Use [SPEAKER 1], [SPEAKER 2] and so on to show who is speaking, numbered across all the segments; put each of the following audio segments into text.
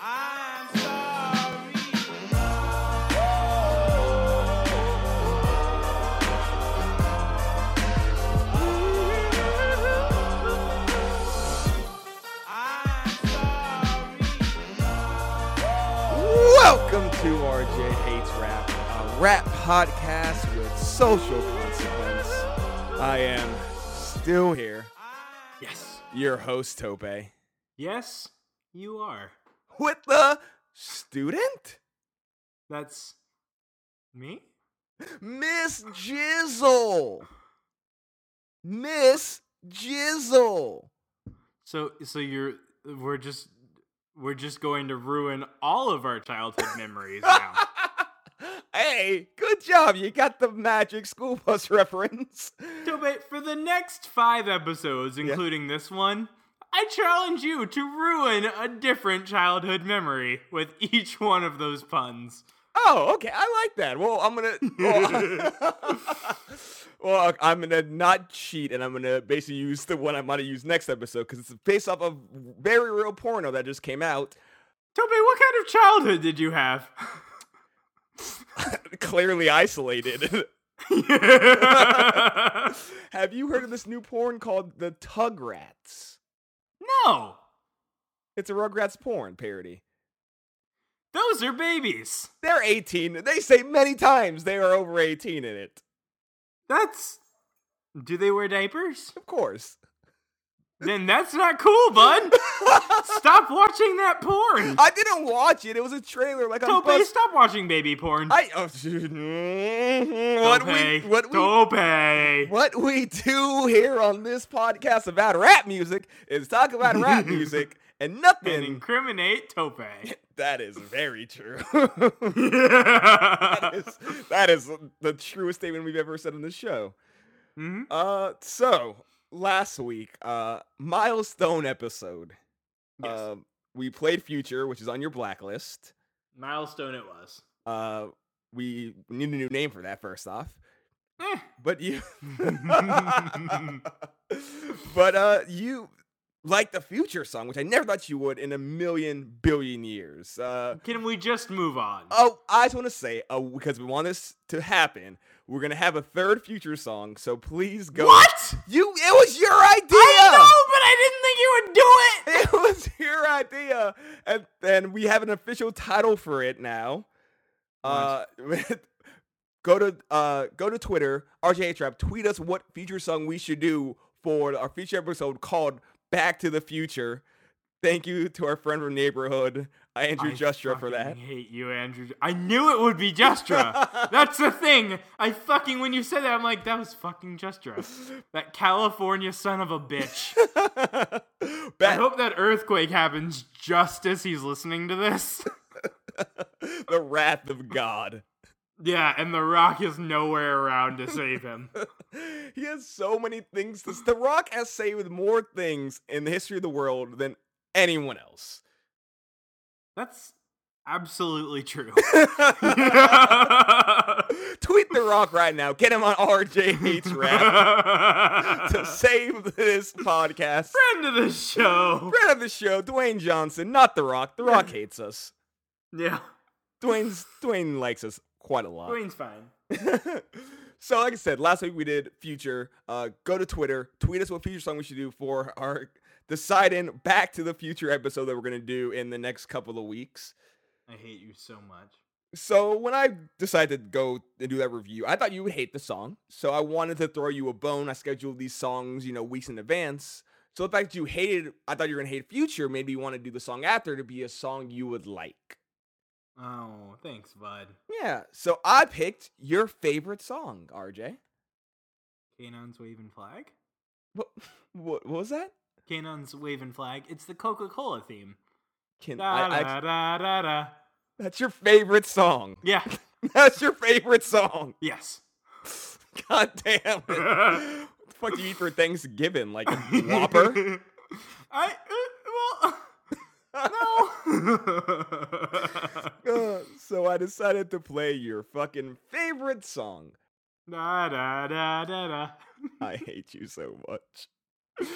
[SPEAKER 1] I'm sorry. Welcome to RJ Hates Rap, a rap podcast with social consequence. I am still here,
[SPEAKER 2] Yes.
[SPEAKER 1] your host, Tope,
[SPEAKER 2] Yes, you are.
[SPEAKER 1] with the student,
[SPEAKER 2] That's me?
[SPEAKER 1] Miss Jizzle. Miss Jizzle.
[SPEAKER 2] So so you're we're just we're just going to ruin all of our childhood memories now.
[SPEAKER 1] hey, good job. You got the magic school bus reference.
[SPEAKER 2] So wait, for the next 5 episodes including this one, I challenge you to ruin a different childhood memory with each one of those puns.
[SPEAKER 1] Oh, okay. I like that. Well, I'm gonna. Well, well, I'm gonna not cheat, and I'm gonna basically use the one I'm gonna use next episode because it's based off of very real porno that just came out.
[SPEAKER 2] Toby, what kind of childhood did you have?
[SPEAKER 1] Clearly isolated. Have you heard of this new porn called the Tug Rats?
[SPEAKER 2] no.
[SPEAKER 1] It's a Rugrats porn parody.
[SPEAKER 2] Those are babies.
[SPEAKER 1] They're 18. They say many times they are over 18 in it.
[SPEAKER 2] That's Do they wear diapers?
[SPEAKER 1] Of course.
[SPEAKER 2] Then that's not cool, bud. stop watching that porn.
[SPEAKER 1] I didn't watch it. It was a trailer. Like I'm
[SPEAKER 2] Tope,
[SPEAKER 1] bust-
[SPEAKER 2] stop watching baby porn.
[SPEAKER 1] I oh, what we
[SPEAKER 2] Tope,
[SPEAKER 1] what we
[SPEAKER 2] Tope.
[SPEAKER 1] what we do here on this podcast about rap music is talk about rap music and
[SPEAKER 2] And
[SPEAKER 1] nothing.
[SPEAKER 2] incriminate Tope.
[SPEAKER 1] That is very true. that,
[SPEAKER 2] mm-hmm.
[SPEAKER 1] is, that is the truest statement we've ever said on this show.
[SPEAKER 2] Mm-hmm.
[SPEAKER 1] Uh, so last week, uh, milestone episode.
[SPEAKER 2] Yes.
[SPEAKER 1] Um, we played Future, which is on your blacklist.
[SPEAKER 2] Milestone it was.
[SPEAKER 1] Uh, we need a new name for that first off.
[SPEAKER 2] Eh.
[SPEAKER 1] But you, but uh, you like the Future song, which I never thought you would in a million billion years. Uh,
[SPEAKER 2] Can we just move on?
[SPEAKER 1] oh, I just want to say, uh, because we want this to happen, we're gonna have a third Future song. So please go.
[SPEAKER 2] what?
[SPEAKER 1] You? It was your idea.
[SPEAKER 2] I know, but I didn't think you would do it.
[SPEAKER 1] It was your idea, and and we have an official title for it now. Uh, go to uh go to Twitter, RJ Trap, tweet us what feature song we should do for our feature episode called "Back to the Future." Thank you to our friend from neighborhood, Andrew
[SPEAKER 2] I
[SPEAKER 1] Justra, for
[SPEAKER 2] fucking
[SPEAKER 1] that.
[SPEAKER 2] hate you, Andrew. I knew it would be Justra. That's the thing. I fucking when you said that, I'm like, that was fucking Justra. That California son of a bitch. I
[SPEAKER 1] Back,
[SPEAKER 2] hope that earthquake happens just as he's listening to this.
[SPEAKER 1] the wrath of God.
[SPEAKER 2] yeah, and The Rock is nowhere around to save him.
[SPEAKER 1] he has so many things. To, the Rock has saved more things in the history of the world than anyone else.
[SPEAKER 2] That's absolutely true.
[SPEAKER 1] Tweet The Rock right now. Get him on RJ Hates Rap to
[SPEAKER 2] Friend
[SPEAKER 1] save this podcast.
[SPEAKER 2] of the show.
[SPEAKER 1] Friend of the show, Dwayne Johnson, not The Rock. The Rock hates us.
[SPEAKER 2] Yeah,
[SPEAKER 1] Dwayne's Dwayne likes us quite a lot.
[SPEAKER 2] Dwayne's fine.
[SPEAKER 1] so, like I said, last week we did Future. Uh, go to Twitter, tweet us what Future song we should do for our deciding Back to the Future episode that we're gonna do in the next couple of weeks.
[SPEAKER 2] I hate you so much.
[SPEAKER 1] So when I decided to go and do that review, I thought you would hate the song. So I wanted to throw you a bone. I scheduled these songs, you know, weeks in advance. So the fact that you hated, I thought you were gonna hate Future, made me want to do the song after to be a song you would like.
[SPEAKER 2] Oh, thanks, bud.
[SPEAKER 1] Yeah. So I picked your favorite song, RJ.
[SPEAKER 2] Canon's waving flag.
[SPEAKER 1] What? What, what was that?
[SPEAKER 2] Canon's waving flag. It's the Coca-Cola theme.
[SPEAKER 1] Can
[SPEAKER 2] Da,
[SPEAKER 1] I,
[SPEAKER 2] da,
[SPEAKER 1] I?
[SPEAKER 2] da, da, da.
[SPEAKER 1] That's your favorite song.
[SPEAKER 2] Yeah.
[SPEAKER 1] That's your favorite song.
[SPEAKER 2] Yes.
[SPEAKER 1] God damn it. what the fuck do you eat for Thanksgiving? Like a whopper?
[SPEAKER 2] I uh, well no.
[SPEAKER 1] Uh, so I decided to play your fucking favorite song.
[SPEAKER 2] da da da da da.
[SPEAKER 1] I hate you so much.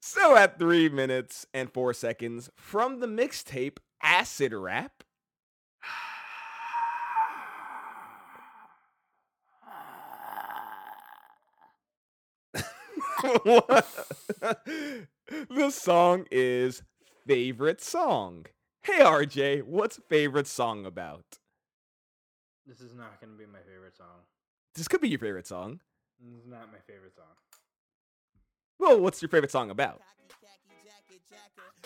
[SPEAKER 1] so at three minutes and four seconds from the mixtape Acid Rap. What? the song is favorite song. Hey RJ, what's favorite song about?
[SPEAKER 2] This is not gonna be my favorite song.
[SPEAKER 1] This could be your favorite song.
[SPEAKER 2] This is not my favorite song.
[SPEAKER 1] Well, what's your favorite song about?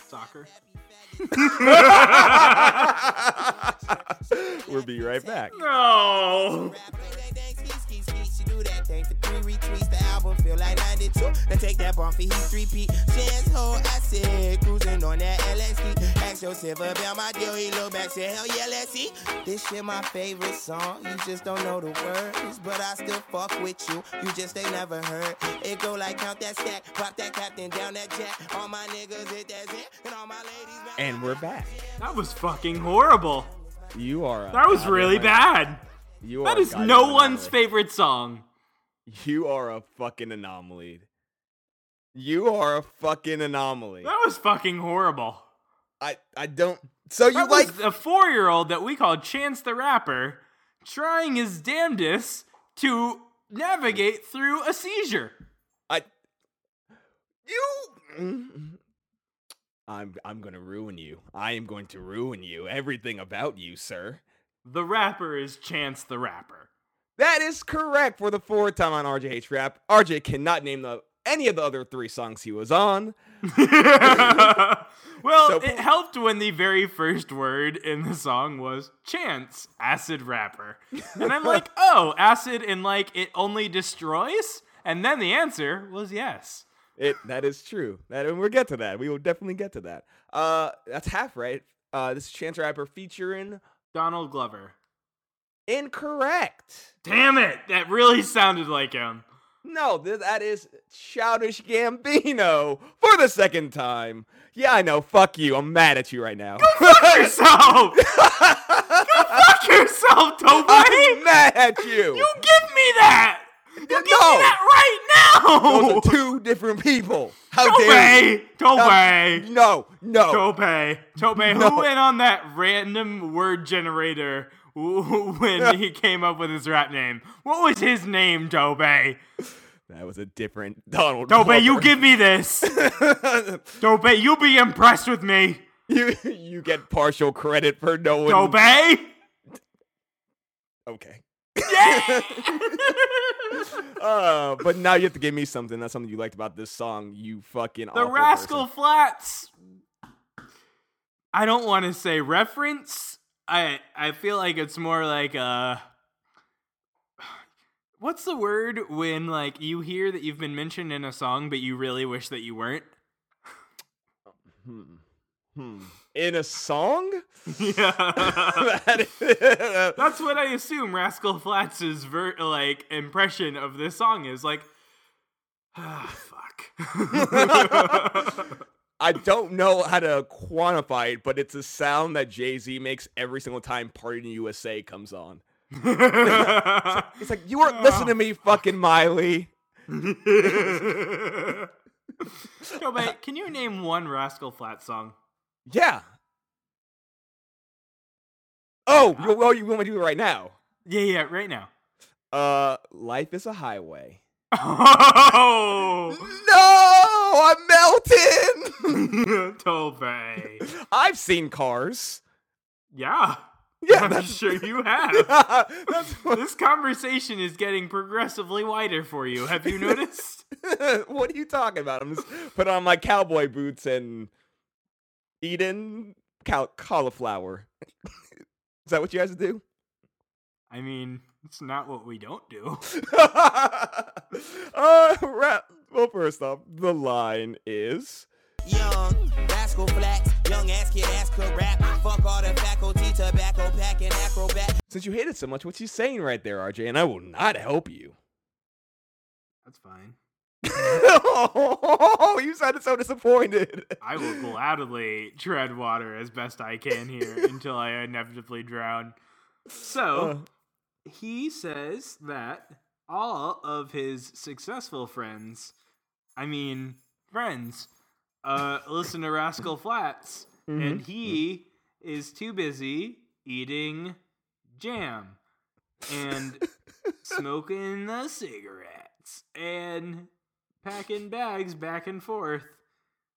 [SPEAKER 2] Soccer.
[SPEAKER 1] we'll be right back.
[SPEAKER 2] No.
[SPEAKER 3] She do that thing for three retweets. The album feel like 92. Now take that bomb for heat three P. Chance hole, I said, cruising on that LSD. Ask yourself about my deal. He look back, said, hell yeah, let's see. This shit my favorite song. You just don't know the words, but I still fuck with you. You just ain't never heard. It go like count that stack, pop that captain down that jack. All my niggas hit that zip, and all my ladies. back.
[SPEAKER 1] And we're back.
[SPEAKER 2] That was fucking horrible.
[SPEAKER 1] You are. a
[SPEAKER 2] That was
[SPEAKER 1] goddamn
[SPEAKER 2] really
[SPEAKER 1] right.
[SPEAKER 2] bad.
[SPEAKER 1] You
[SPEAKER 2] That
[SPEAKER 1] are a
[SPEAKER 2] is
[SPEAKER 1] goddamn
[SPEAKER 2] no
[SPEAKER 1] right.
[SPEAKER 2] one's favorite song.
[SPEAKER 1] You are a fucking anomaly. You are a fucking anomaly.
[SPEAKER 2] That was fucking horrible.
[SPEAKER 1] I I don't. So you
[SPEAKER 2] That
[SPEAKER 1] like?
[SPEAKER 2] was a four-year-old that we call Chance the Rapper trying his damnedest to navigate through a seizure.
[SPEAKER 1] I. You. I'm I'm gonna ruin you. I am going to ruin you. Everything about you, sir.
[SPEAKER 2] The rapper is Chance the Rapper.
[SPEAKER 1] That is correct for the fourth time on RJH Rap. RJ cannot name the any of the other three songs he was on.
[SPEAKER 2] well,
[SPEAKER 1] So-
[SPEAKER 2] it helped when the very first word in the song was chance, acid rapper. And I'm like, oh, acid and like it only destroys? And then the answer was yes.
[SPEAKER 1] It that is true. That and we'll get to that. We will definitely get to that. Uh, that's half right. Uh, this is Chance the Rapper featuring
[SPEAKER 2] Donald Glover.
[SPEAKER 1] incorrect.
[SPEAKER 2] Damn it! That really sounded like him.
[SPEAKER 1] No, th- that is Childish Gambino for the second time. Yeah, I know. Fuck you. I'm mad at you right now.
[SPEAKER 2] Yourself! Go fuck yourself,
[SPEAKER 1] I'm
[SPEAKER 2] Toby!
[SPEAKER 1] mad at you.
[SPEAKER 2] You give me that! You give me
[SPEAKER 1] No.
[SPEAKER 2] that
[SPEAKER 1] Those
[SPEAKER 2] right now!
[SPEAKER 1] are two different people. How dare you?
[SPEAKER 2] Toby! Toby!
[SPEAKER 1] No, no.
[SPEAKER 2] Tope. Tope, who went on that random word generator w- when he came up with his rap name? What was his name, Tope?
[SPEAKER 1] That was a different Donald.
[SPEAKER 2] Tope, you
[SPEAKER 1] Glover.
[SPEAKER 2] give me this. Tope, you be impressed with me.
[SPEAKER 1] you you get partial credit for knowing.
[SPEAKER 2] Tope?
[SPEAKER 1] Okay.
[SPEAKER 2] Yeah!
[SPEAKER 1] Uh, but now you have to give me something. That's something you liked about this song. You fucking
[SPEAKER 2] the
[SPEAKER 1] awful
[SPEAKER 2] Rascal
[SPEAKER 1] person.
[SPEAKER 2] Flats. I don't want to say reference. I I feel like it's more like uh What's the word when like you hear that you've been mentioned in a song but you really wish that you weren't?
[SPEAKER 1] in a song.
[SPEAKER 2] Yeah.
[SPEAKER 1] That is-
[SPEAKER 2] That's what I assume Rascal Flatts' ver- like impression of this song is like ah fuck.
[SPEAKER 1] I don't know how to quantify it, but it's a sound that Jay Z makes every single time "Party in the USA" comes on. It's like you weren't listening to me, fucking Miley.
[SPEAKER 2] Yo, mate, can you name one Rascal Flat song?
[SPEAKER 1] Yeah. Oh, you, well, you want me to do it right now?
[SPEAKER 2] Yeah, yeah, right now.
[SPEAKER 1] Uh, life is a highway.
[SPEAKER 2] Oh,
[SPEAKER 1] No, I'm melting.
[SPEAKER 2] Tope.
[SPEAKER 1] I've seen cars.
[SPEAKER 2] Yeah.
[SPEAKER 1] Yeah,
[SPEAKER 2] I'm
[SPEAKER 1] that's-
[SPEAKER 2] sure you have.
[SPEAKER 1] That's
[SPEAKER 2] this conversation is getting progressively wider for you. Have you noticed?
[SPEAKER 1] what are you talking about? I'm just put on my cowboy boots and eating cow- cauliflower. Is that what you guys do?
[SPEAKER 2] I mean, it's not what we don't do.
[SPEAKER 1] uh, ra- well, first off, the line is
[SPEAKER 3] Young, rascal flax, young ass kid, ass could rap. Fuck all the faculty, tobacco pack and acrobat.
[SPEAKER 1] since you hate it so much, what's he saying right there, RJ? And I will not help you.
[SPEAKER 2] That's fine.
[SPEAKER 1] oh, you sounded so disappointed.
[SPEAKER 2] I will gladly tread water as best I can here until I inevitably drown.
[SPEAKER 1] Uh,
[SPEAKER 2] So he says that all of his successful friends, I mean friends, uh, listen to Rascal Flats, and he is too busy eating jam and smoking the cigarettes and packing bags back and forth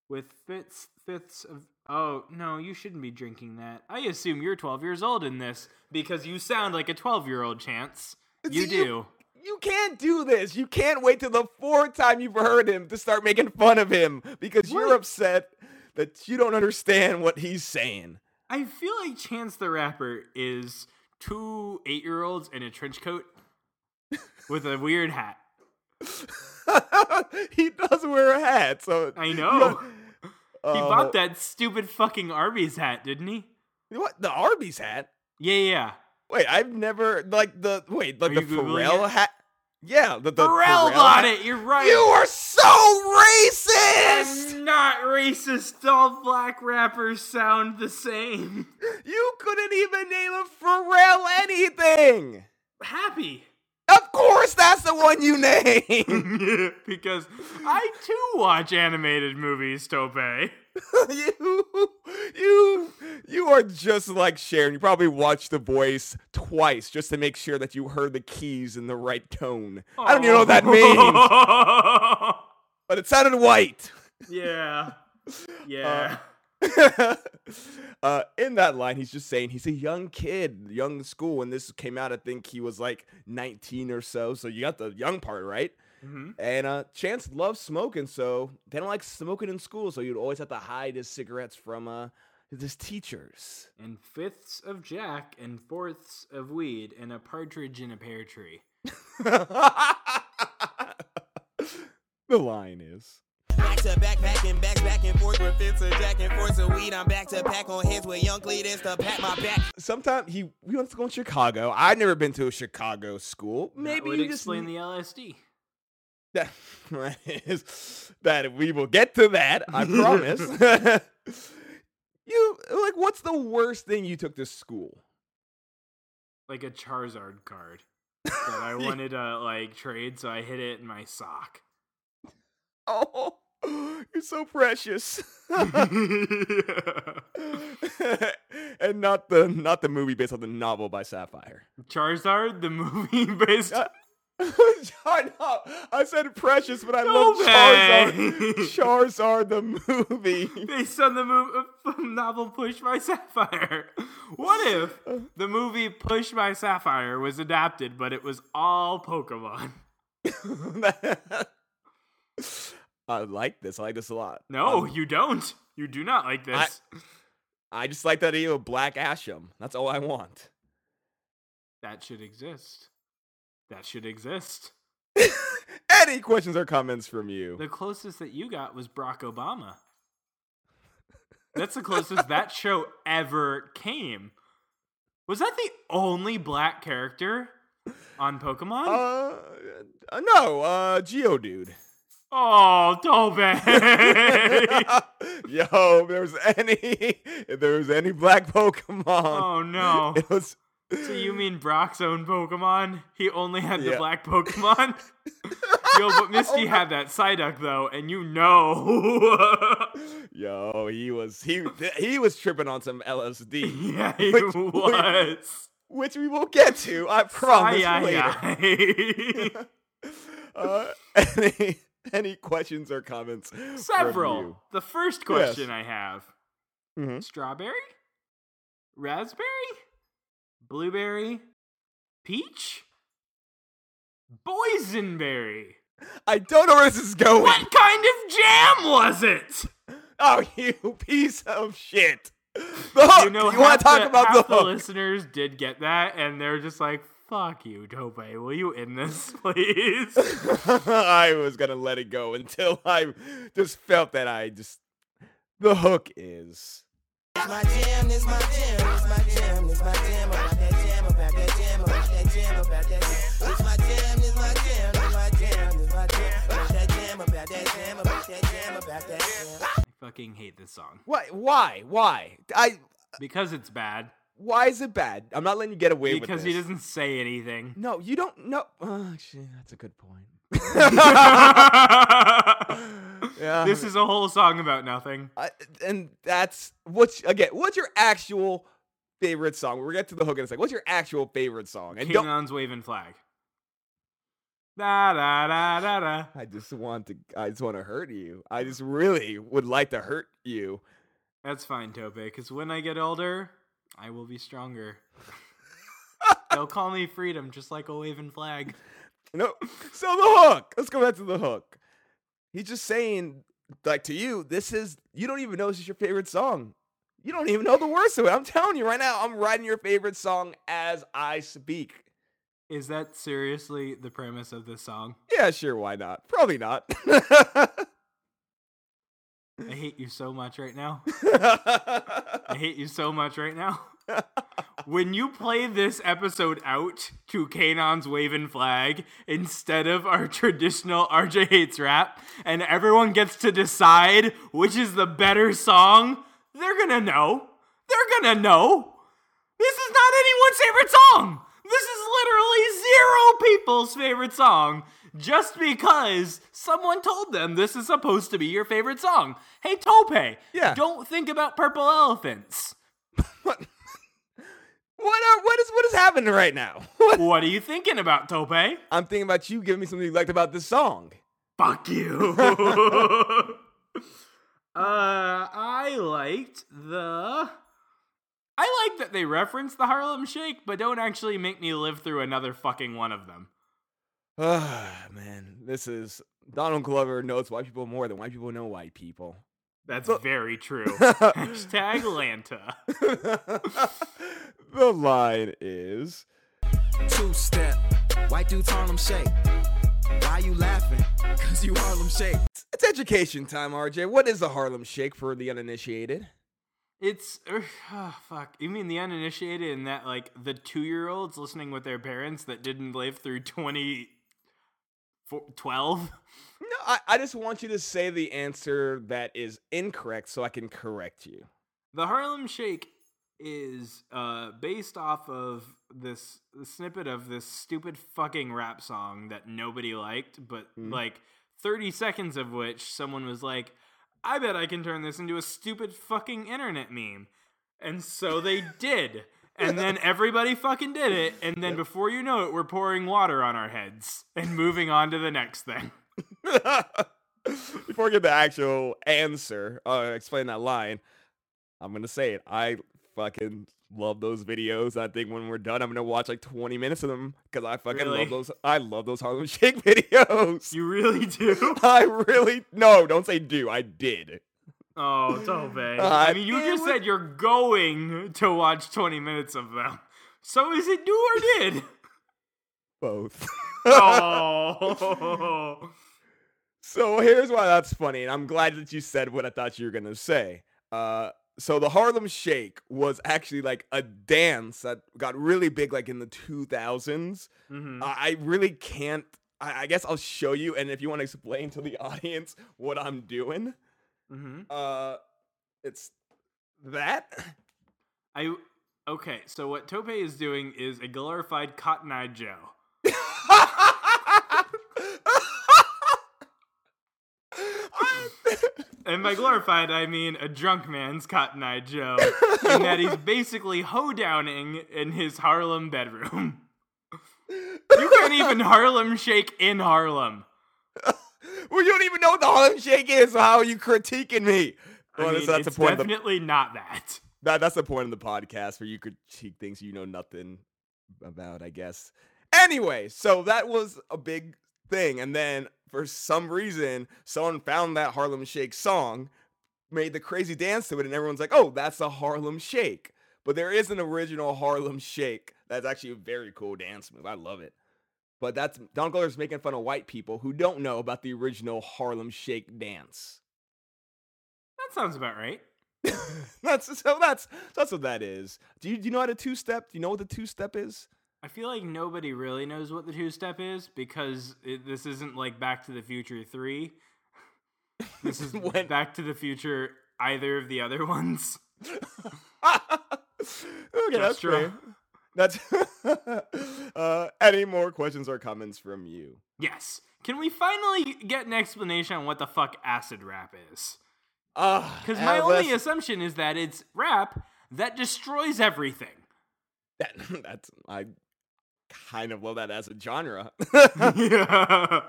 [SPEAKER 2] with fifths fifths of oh no you shouldn't be drinking that i assume you're 12 years old in this because you sound like a 12 year old chance you
[SPEAKER 1] See,
[SPEAKER 2] do
[SPEAKER 1] You can't do this. You can't wait till the fourth time you've heard him to start making fun of him because you're
[SPEAKER 2] What?
[SPEAKER 1] upset that you don't understand what he's saying.
[SPEAKER 2] i feel like chance the rapper is two eight year olds in a trench coat with a weird hat
[SPEAKER 1] he does wear a hat, so
[SPEAKER 2] i
[SPEAKER 1] you
[SPEAKER 2] know
[SPEAKER 1] don't-
[SPEAKER 2] he
[SPEAKER 1] Oh,
[SPEAKER 2] bought that stupid fucking arby's hat didn't he
[SPEAKER 1] What the Arby's hat?
[SPEAKER 2] yeah yeah
[SPEAKER 1] Wait, I've never like the wait like
[SPEAKER 2] Are
[SPEAKER 1] the
[SPEAKER 2] you Googling
[SPEAKER 1] Pharrell
[SPEAKER 2] it?
[SPEAKER 1] hat. Yeah, the, the
[SPEAKER 2] Pharrell bought
[SPEAKER 1] hat.
[SPEAKER 2] it you're right
[SPEAKER 1] You are so racist.
[SPEAKER 2] I'm not racist. All black rappers sound the same.
[SPEAKER 1] You couldn't even name a Pharrell anything.
[SPEAKER 2] Happy.
[SPEAKER 1] Of course, that's the one you named.
[SPEAKER 2] because I too watch animated movies, Tope.
[SPEAKER 1] you, you, you are just like Sharon. You probably watched The Voice twice just to make sure that you heard the keys in the right tone. I don't even know what that means,
[SPEAKER 2] means.
[SPEAKER 1] but it sounded white.
[SPEAKER 2] yeah. Yeah.
[SPEAKER 1] uh, in that line, he's just saying he's a young kid, young to school. When this came out, I think he was like 19 or so. So you got the young part, right?
[SPEAKER 2] Mhm.
[SPEAKER 1] And uh, Chance loves smoking, so they don't like smoking in school. So you'd always have to hide his cigarettes from uh, his teachers.
[SPEAKER 2] And fifths of Jack and fourths of weed and a partridge in a pear tree.
[SPEAKER 1] the line is.
[SPEAKER 3] Back to back, back and back, back and forth with fits of jack and forth of weed. I'm back to pack on hits with young Cletus to pack my back.
[SPEAKER 1] Sometimes he we went to go in Chicago. I've never been to a Chicago school. Maybe
[SPEAKER 2] that would
[SPEAKER 1] you just
[SPEAKER 2] explain
[SPEAKER 1] n-
[SPEAKER 2] the LSD.
[SPEAKER 1] that is that we will get to that. I promise. you like what's the worst thing you took to school?
[SPEAKER 2] Like a Charizard card that I wanted to like trade, so I hid it in my sock.
[SPEAKER 1] Oh, you're so precious. and not the not the movie based on the novel by Sapphire.
[SPEAKER 2] Charizard, the movie based.
[SPEAKER 1] Uh, Char- no, I said precious, but I love
[SPEAKER 2] Okay.
[SPEAKER 1] Charizard. Charizard the movie.
[SPEAKER 2] Based on the mov- uh, novel Push by Sapphire. What if
[SPEAKER 1] Uh.
[SPEAKER 2] the movie Push by Sapphire was adapted, but it was all Pokemon?
[SPEAKER 1] I like this. I like this a lot.
[SPEAKER 2] No,
[SPEAKER 1] Um,
[SPEAKER 2] you don't. You do not like this.
[SPEAKER 1] I just like that idea of Black Asham. That's all I want.
[SPEAKER 2] That should exist. That should exist.
[SPEAKER 1] Any questions or comments from you?
[SPEAKER 2] The closest that you got was Barack Obama. That's the closest that show ever came. Was that the only black character on Pokemon?
[SPEAKER 1] Uh, uh, no, uh, Geodude.
[SPEAKER 2] Oh, Tobe!
[SPEAKER 1] Yo, if there was any, if there was any black Pokemon,
[SPEAKER 2] oh no.
[SPEAKER 1] it was.
[SPEAKER 2] So you mean Brock's own Pokemon? He only had the
[SPEAKER 1] Yeah. Oh,
[SPEAKER 2] black Pokemon? Yo, but Misty had that Psyduck though, and you know.
[SPEAKER 1] Yo, he was he he was tripping on some LSD,
[SPEAKER 2] yeah, he
[SPEAKER 1] Which-
[SPEAKER 2] was.
[SPEAKER 1] which we will get to. I promise
[SPEAKER 2] Ay, ay,
[SPEAKER 1] later.
[SPEAKER 2] ay.
[SPEAKER 1] Uh, any any questions or comments? from you?
[SPEAKER 2] Several. The first question I have
[SPEAKER 1] Mhm.
[SPEAKER 2] strawberry? Raspberry? Blueberry? Peach? Boysenberry?
[SPEAKER 1] I don't know where this is going.
[SPEAKER 2] What kind of jam was it?
[SPEAKER 1] Oh, you piece of shit. The hook.
[SPEAKER 2] You know,
[SPEAKER 1] want
[SPEAKER 2] half
[SPEAKER 1] to talk
[SPEAKER 2] the,
[SPEAKER 1] about the
[SPEAKER 2] half the
[SPEAKER 1] hook?
[SPEAKER 2] listeners did get that, and they're just like, "Fuck you, Tope. Will you end this, please?"
[SPEAKER 1] I was gonna let it go until I just felt that I just the hook is.
[SPEAKER 3] This my jam, this my jam, this my jam, this my jam, about that jam, about that jam, about that jam, about that jam. This my jam, this my jam, this my jam, this my jam,
[SPEAKER 2] this song
[SPEAKER 1] Why? Why? Why? I.
[SPEAKER 2] because it's bad.
[SPEAKER 1] Why is it bad? I'm not letting you get away with
[SPEAKER 2] Because
[SPEAKER 1] this.
[SPEAKER 2] he doesn't say anything.
[SPEAKER 1] No, you don't know. Oh, shit, that's a good point. Yeah.
[SPEAKER 2] this is a whole song about nothing.
[SPEAKER 1] I, and that's what's again. What's your actual favorite song? We'll get to the hook in a second. What's your actual favorite song? And don't.
[SPEAKER 2] Kanon's waving flag. Da da da da da.
[SPEAKER 1] I just want to. I just want to hurt you. I just really would like to hurt you.
[SPEAKER 2] That's fine, Tope, because when I get older, I will be stronger. They'll call me freedom, just like a waving flag.
[SPEAKER 1] No. So the hook. Let's go back to the hook. He's just saying, like to you, this is you don't even know this is your favorite song. You don't even know the words to it. I'm telling you right now, I'm writing your favorite song as I speak.
[SPEAKER 2] Is that seriously the premise of this song?
[SPEAKER 1] Yeah, sure, why not? Probably not. uh,
[SPEAKER 2] I hate you so much right now. I hate you so much right now. when you play this episode out to Kanon's waving flag instead of our traditional RJ hates rap, and everyone gets to decide which is the better song, they're gonna know. They're gonna know. This is not anyone's favorite song. This is literally zero people's favorite song just because someone told them this is supposed to be your favorite song. Hey, Tope.
[SPEAKER 1] Yeah.
[SPEAKER 2] Don't think about purple elephants.
[SPEAKER 1] What are what is what is happening right now? What?
[SPEAKER 2] What are you thinking about, Tope?
[SPEAKER 1] I'm thinking about you giving me something you liked about this song.
[SPEAKER 2] Fuck you. uh, I liked the. I like that they reference the Harlem Shake, but don't actually make me live through another fucking one of them.
[SPEAKER 1] Ah, man, this is Donald Glover knows white people more than white people know white people.
[SPEAKER 2] That's very true. Hashtag Lanta.
[SPEAKER 1] the line is
[SPEAKER 4] Two step, white dudes Harlem shake. Why you laughing? Cause you Harlem shake.
[SPEAKER 1] It's education time, RJ. What is the Harlem Shake for the uninitiated?
[SPEAKER 2] It's oh, fuck. You mean the uninitiated and that like the two year olds listening with their parents that didn't live through twenty twelve?
[SPEAKER 1] No, I, I just want you to say the answer that is incorrect so I can correct you.
[SPEAKER 2] The Harlem Shake is uh, based off of this snippet of this stupid fucking rap song that nobody liked, but like 30 seconds of which someone was like, I bet I can turn this into a stupid fucking internet meme. And so they did. And then everybody fucking did it. And then before you know it, we're pouring water on our heads and moving on to the next thing.
[SPEAKER 1] Before I get the actual answer, uh, explain that line. I'm gonna say it. I fucking love those videos. I think when we're done, I'm gonna watch like 20 minutes of them because I fucking
[SPEAKER 2] Really?
[SPEAKER 1] love those. I love those Harlem Shake videos.
[SPEAKER 2] You really do?
[SPEAKER 1] I really no. Don't say do. I did.
[SPEAKER 2] Oh, Tobe.
[SPEAKER 1] I
[SPEAKER 2] I mean, you
[SPEAKER 1] did
[SPEAKER 2] just
[SPEAKER 1] what-
[SPEAKER 2] said you're going to watch 20 minutes of them. So is it do or did?
[SPEAKER 1] Both.
[SPEAKER 2] oh.
[SPEAKER 1] So here's why that's funny, and I'm glad that you said what I thought you were gonna say. Uh, so the Harlem Shake was actually like a dance that got really big, like in the 2000s.
[SPEAKER 2] Mhm.
[SPEAKER 1] I I really can't. I, I guess I'll show you, and if you want to explain to the audience what I'm doing,
[SPEAKER 2] Mhm.
[SPEAKER 1] uh, it's that.
[SPEAKER 2] I okay. So what Tope is doing is a glorified Cotton Eye Joe. And by glorified, I mean a drunk man's Cotton Eye Joe, and that he's basically hoedowning in his Harlem bedroom. You can't even Harlem shake in Harlem.
[SPEAKER 1] well, you don't even know what the Harlem Shake is. So how are you critiquing me?
[SPEAKER 2] I
[SPEAKER 1] Well,
[SPEAKER 2] mean,
[SPEAKER 1] that's- that's
[SPEAKER 2] it's
[SPEAKER 1] the point. Of the,
[SPEAKER 2] definitely not that.
[SPEAKER 1] that, that's the point of the podcast where you critique things you know nothing about. I guess. Anyway, so that was a big thing, and then for some reason, someone found that Harlem Shake song, made the crazy dance to it, and everyone's like, "Oh, that's a Harlem Shake." But there is an original Harlem Shake that's actually a very cool dance move. I love it. But that's Don Glover's making fun of white people who don't know about the original Harlem Shake dance.
[SPEAKER 2] That sounds about right.
[SPEAKER 1] That's so that's that's what that is. Do you do you know how to two step? Do you know what the two step is?
[SPEAKER 2] I feel like nobody really knows what the two step is because it, this isn't like Back to the Future 3. This is
[SPEAKER 1] When-
[SPEAKER 2] Back to the Future either of the other ones.
[SPEAKER 1] okay, that's true.
[SPEAKER 2] Gesture.
[SPEAKER 1] That's uh, any more questions or comments from you?
[SPEAKER 2] Yes. Can we finally get an explanation on what the fuck acid rap is? Because
[SPEAKER 1] Because
[SPEAKER 2] my only assumption is that it's rap that destroys everything.
[SPEAKER 1] that, that's I kind of love that as a genre.
[SPEAKER 2] yeah.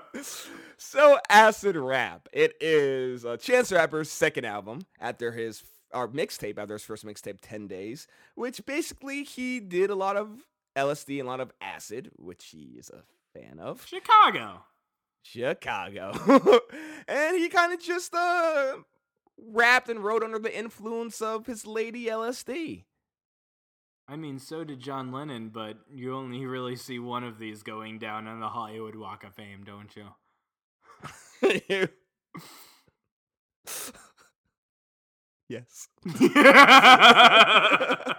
[SPEAKER 1] so acid rap. It is uh, Chance the Rapper's second album after his our mixtape after his first mixtape, Ten Days, which basically he did a lot of LSD and a lot of acid, which he is a fan of.
[SPEAKER 2] Chicago.
[SPEAKER 1] Chicago. and he kind of just uh rapped and wrote under the influence of his lady LSD.
[SPEAKER 2] I mean, so did John Lennon, but you only really see one of these going down on the Hollywood Walk of Fame, don't you?
[SPEAKER 1] yes.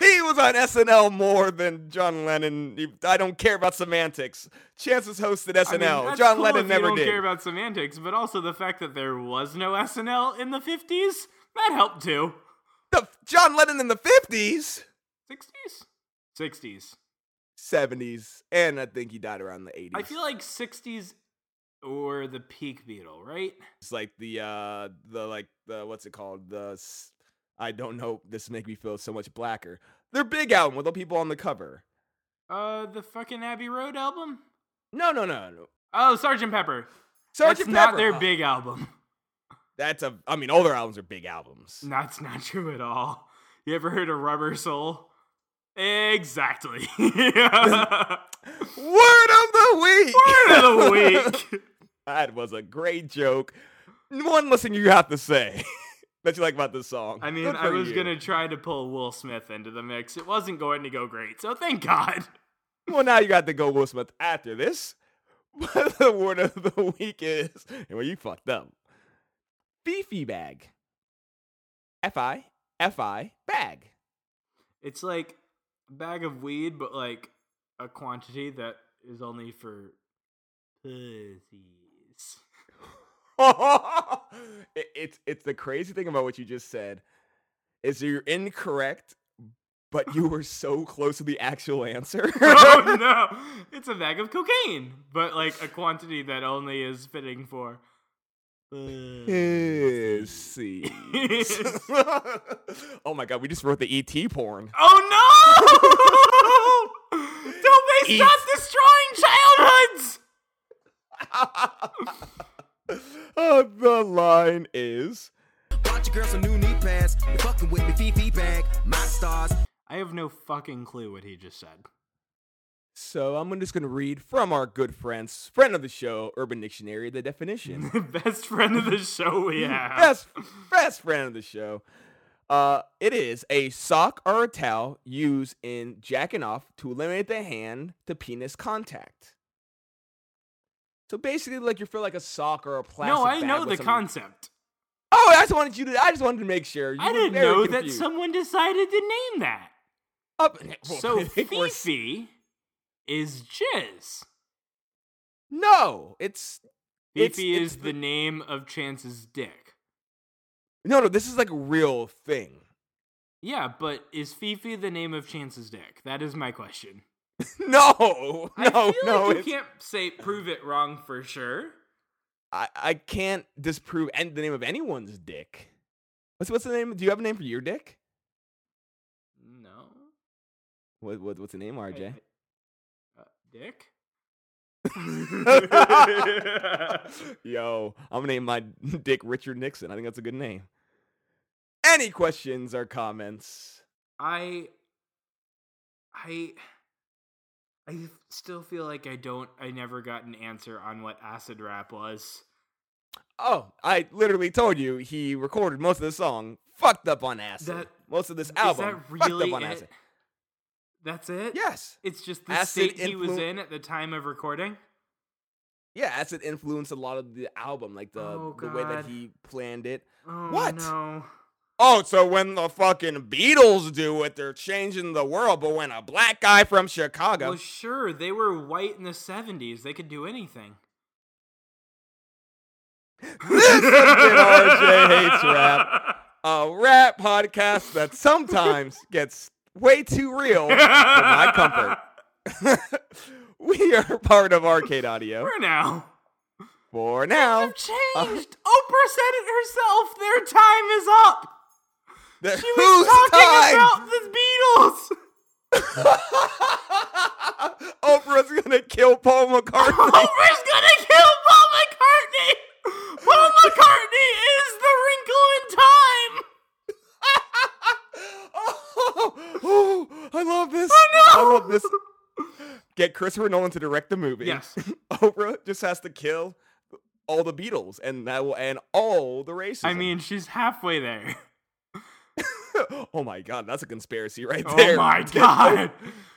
[SPEAKER 1] He was on SNL more than John Lennon. I don't care about semantics. Chances hosted
[SPEAKER 2] I mean,
[SPEAKER 1] SNL.
[SPEAKER 2] that's
[SPEAKER 1] John
[SPEAKER 2] cool
[SPEAKER 1] Lennon
[SPEAKER 2] if you
[SPEAKER 1] never
[SPEAKER 2] don't
[SPEAKER 1] did.
[SPEAKER 2] care about semantics, but also the fact that there was no SNL in the 50s, that helped too.
[SPEAKER 1] The- John Lennon in the 50s,
[SPEAKER 2] 60s? 60s.
[SPEAKER 1] 70s, and I think he died around the 80s.
[SPEAKER 2] I feel like 60s or the peak Beatle, right?
[SPEAKER 1] It's like the uh the like the what's it called? The s- I don't know. This make me feel so much blacker. Their big album with the people on the cover.
[SPEAKER 2] Uh, the fucking Abbey Road album?
[SPEAKER 1] No, no, no, no.
[SPEAKER 2] Oh, Sergeant Pepper.
[SPEAKER 1] Sergeant Pepper.
[SPEAKER 2] That's not their
[SPEAKER 1] Uh,
[SPEAKER 2] big album.
[SPEAKER 1] That's a. I mean, all their albums are big albums.
[SPEAKER 2] That's not true at all. You ever heard of Rubber Soul? Exactly.
[SPEAKER 1] Word of the week.
[SPEAKER 2] Word of the week.
[SPEAKER 1] that was a great joke. One listen you have to say that you like about this song.
[SPEAKER 2] I mean,
[SPEAKER 1] Good
[SPEAKER 2] I
[SPEAKER 1] for
[SPEAKER 2] was
[SPEAKER 1] you.
[SPEAKER 2] gonna try to pull Will Smith into the mix. It wasn't going to go great, so thank God.
[SPEAKER 1] Well, now you got to go Will Smith after this. But the word of the week is, and well, you fucked up. Beefy bag. F I F I bag.
[SPEAKER 2] It's like a bag of weed, but like a quantity that is only for pussies.
[SPEAKER 1] It- it's it's the crazy thing about what you just said is you're incorrect, but you were so close to the actual answer.
[SPEAKER 2] oh no! It's a bag of cocaine, but like a quantity that only is fitting for.
[SPEAKER 1] Pussy. oh my god, we just wrote the ET porn.
[SPEAKER 2] Oh no! Don't they
[SPEAKER 1] Eat.
[SPEAKER 2] stop destroying childhoods!
[SPEAKER 1] Uh, the line is
[SPEAKER 4] Bought your girl some new knee pads. You're fucking with me, Fifi bag. My stars.
[SPEAKER 2] I have no fucking clue what he just said.
[SPEAKER 1] So I'm just going to read from our good friends, friend of the show, Urban Dictionary, the definition.
[SPEAKER 2] The best friend of the show we
[SPEAKER 1] Mm,
[SPEAKER 2] have.
[SPEAKER 1] best, best friend of the show. Uh, it is a sock or a towel used in jacking off to eliminate the hand to penis contact. So basically, like you feel like a sock or a plastic.
[SPEAKER 2] No, I
[SPEAKER 1] bag
[SPEAKER 2] know
[SPEAKER 1] with
[SPEAKER 2] the
[SPEAKER 1] some-
[SPEAKER 2] concept.
[SPEAKER 1] Oh, I just wanted you to. I just wanted to make sure. You
[SPEAKER 2] I
[SPEAKER 1] were
[SPEAKER 2] didn't
[SPEAKER 1] very
[SPEAKER 2] know that
[SPEAKER 1] confused. Oh,
[SPEAKER 2] someone decided to name that.
[SPEAKER 1] Up-
[SPEAKER 2] So
[SPEAKER 1] We're s-
[SPEAKER 2] Fifi is jizz.
[SPEAKER 1] No, it's It's-
[SPEAKER 2] Fifi
[SPEAKER 1] it's
[SPEAKER 2] is the name of Chance's dick.
[SPEAKER 1] no, no. This is like a real thing.
[SPEAKER 2] Yeah, but is Fifi the name of Chance's dick? That is my question.
[SPEAKER 1] No, no,
[SPEAKER 2] I feel
[SPEAKER 1] no.
[SPEAKER 2] like you
[SPEAKER 1] it's-
[SPEAKER 2] can't say prove it wrong for sure.
[SPEAKER 1] I, I can't disprove and the name of anyone's dick. What's what's the name? Do you have a name for your dick?
[SPEAKER 2] No.
[SPEAKER 1] What, what what's the name,
[SPEAKER 2] I-
[SPEAKER 1] RJ?
[SPEAKER 2] I- uh, dick?
[SPEAKER 1] Yo, I'm gonna name my dick Richard Nixon. I think that's a good name. Any questions or comments?
[SPEAKER 2] I I I still feel like I don't I never got an answer on what acid rap was.
[SPEAKER 1] Oh, I literally told you he recorded most of the song fucked up on acid.
[SPEAKER 2] That-
[SPEAKER 1] most of this
[SPEAKER 2] Is
[SPEAKER 1] album
[SPEAKER 2] that
[SPEAKER 1] fucked
[SPEAKER 2] really
[SPEAKER 1] up on
[SPEAKER 2] it?
[SPEAKER 1] acid.
[SPEAKER 2] That's it?
[SPEAKER 1] Yes.
[SPEAKER 2] It's just the
[SPEAKER 1] Acid
[SPEAKER 2] state he was
[SPEAKER 1] influ-
[SPEAKER 2] in at the time of recording.
[SPEAKER 1] Yeah, acid influenced a lot of the album, like the
[SPEAKER 2] Oh,
[SPEAKER 1] the way that
[SPEAKER 2] God.
[SPEAKER 1] he planned it.
[SPEAKER 2] Oh
[SPEAKER 1] What?
[SPEAKER 2] no.
[SPEAKER 1] Oh, so when the fucking Beatles do it, they're changing the world. But when a black guy from Chicago,
[SPEAKER 2] Well sure, they were white in the seventies. They could do anything.
[SPEAKER 1] Been RJ hates rap. A rap podcast that sometimes gets way too real for my comfort. we are part of Arcade Audio.
[SPEAKER 2] For now.
[SPEAKER 1] For now,
[SPEAKER 2] Changed. Oprah said it herself. Their time is up.
[SPEAKER 1] the-
[SPEAKER 2] She was talking
[SPEAKER 1] time?
[SPEAKER 2] about the Beatles.
[SPEAKER 1] Oprah's gonna kill Paul McCartney.
[SPEAKER 2] Oprah's gonna kill Paul McCartney. Paul McCartney is the wrinkle in time.
[SPEAKER 1] oh, I love this. I love this. Get Christopher Nolan to direct the movie.
[SPEAKER 2] Yes.
[SPEAKER 1] Oprah just has to kill all the Beatles, and that will end all the racism.
[SPEAKER 2] I mean, she's halfway there.
[SPEAKER 1] oh my god, that's a conspiracy right there.
[SPEAKER 2] Oh my god.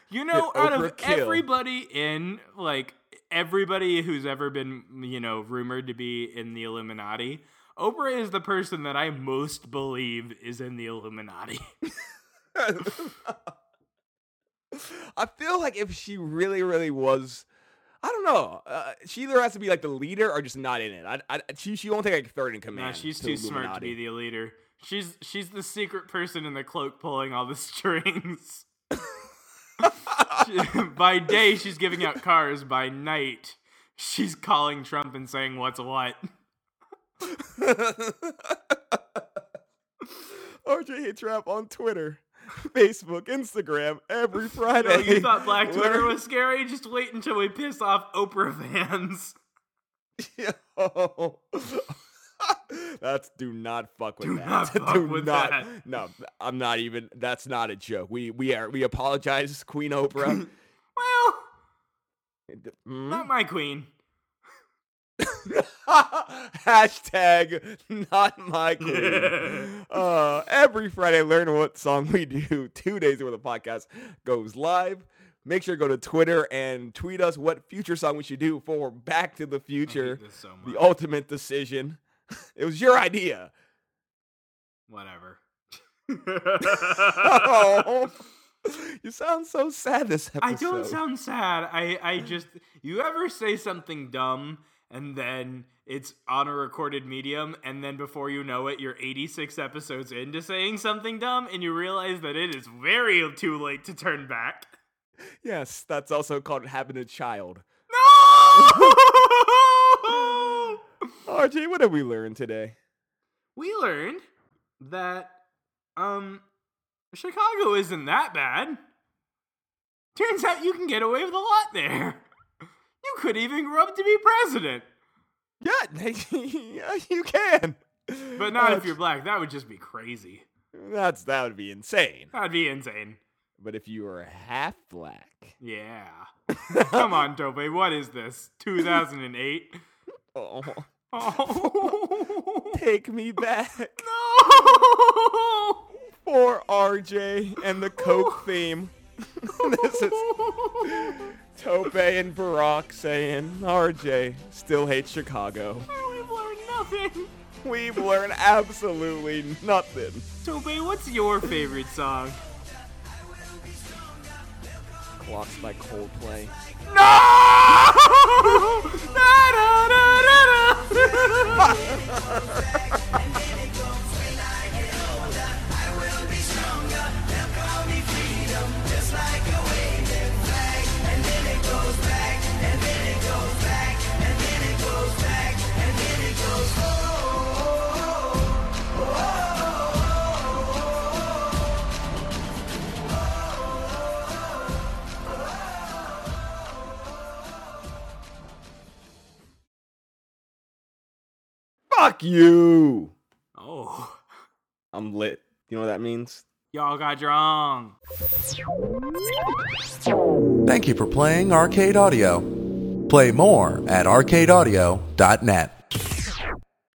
[SPEAKER 2] You know,
[SPEAKER 1] Get
[SPEAKER 2] out of
[SPEAKER 1] Oprah killed.
[SPEAKER 2] everybody in like everybody who's ever been, you know, rumored to be in the Illuminati, Oprah is the person that I most believe is in the Illuminati.
[SPEAKER 1] I feel like if she really, really was, I don't know. Uh, she either has to be like the leader or just not in it. I, I, she, she won't take like third in command.
[SPEAKER 2] Nah, she's
[SPEAKER 1] to
[SPEAKER 2] too smart to
[SPEAKER 1] Illuminati.
[SPEAKER 2] be the leader. She's she's the secret person in the cloak pulling all the strings. She- by day she's giving out cars, by night she's calling Trump and saying what's what.
[SPEAKER 1] RJ hates rap on Twitter, Facebook, Instagram every
[SPEAKER 2] Oh,
[SPEAKER 1] Friday.
[SPEAKER 2] you thought Black
[SPEAKER 1] Where-
[SPEAKER 2] Twitter was scary? Just wait until we piss off Oprah fans.
[SPEAKER 1] Yo. that's do not fuck with
[SPEAKER 2] Do
[SPEAKER 1] that.
[SPEAKER 2] not fuck
[SPEAKER 1] do
[SPEAKER 2] with
[SPEAKER 1] not.
[SPEAKER 2] that.
[SPEAKER 1] No, I'm not even. That's not a joke. We we are we apologize, Queen Oprah.
[SPEAKER 2] Well,
[SPEAKER 1] Mm.
[SPEAKER 2] not my queen.
[SPEAKER 1] Hashtag not my queen. uh, every Friday, learn what song we do. Two days before the podcast goes live. Make sure to go to Twitter and tweet us what future song we should do for Back to the Future,
[SPEAKER 2] this so much.
[SPEAKER 1] the ultimate decision. It was your idea.
[SPEAKER 2] Whatever.
[SPEAKER 1] Oh, you sound so sad this episode.
[SPEAKER 2] I don't sound sad. I, I just you ever say something dumb and then it's on a recorded medium and then before you know it you're 86 episodes into saying something dumb and you realize that it is very too late to turn back.
[SPEAKER 1] Yes, that's also called having a child.
[SPEAKER 2] No!
[SPEAKER 1] RJ, what did we learn today?
[SPEAKER 2] we learned that um Chicago isn't that bad. Turns out you can get away with a lot there. You could even grow up to be president.
[SPEAKER 1] Yeah, yeah, you can.
[SPEAKER 2] But not
[SPEAKER 1] Uh,
[SPEAKER 2] if you're black. That would just be crazy.
[SPEAKER 1] That's that would be insane.
[SPEAKER 2] That'd be insane.
[SPEAKER 1] But if you were half black,
[SPEAKER 2] Yeah. Come on, Tope. What is this? 2008?
[SPEAKER 1] oh,
[SPEAKER 2] Oh.
[SPEAKER 1] take me back
[SPEAKER 2] no!
[SPEAKER 1] for RJ and the Coke theme. this is Tope and Barack saying RJ still hates Chicago.
[SPEAKER 2] We've learned nothing.
[SPEAKER 1] We've learned absolutely nothing.
[SPEAKER 2] Tope, what's your favorite song?
[SPEAKER 1] Clocks by Coldplay.
[SPEAKER 2] No! Da-da-da-da-da!
[SPEAKER 1] Fuck you.
[SPEAKER 2] oh.
[SPEAKER 1] I'm lit. You know what that means?
[SPEAKER 2] Y'all got drunk.
[SPEAKER 5] Thank you for playing Arcade Audio. Play more at arcadeaudio.net.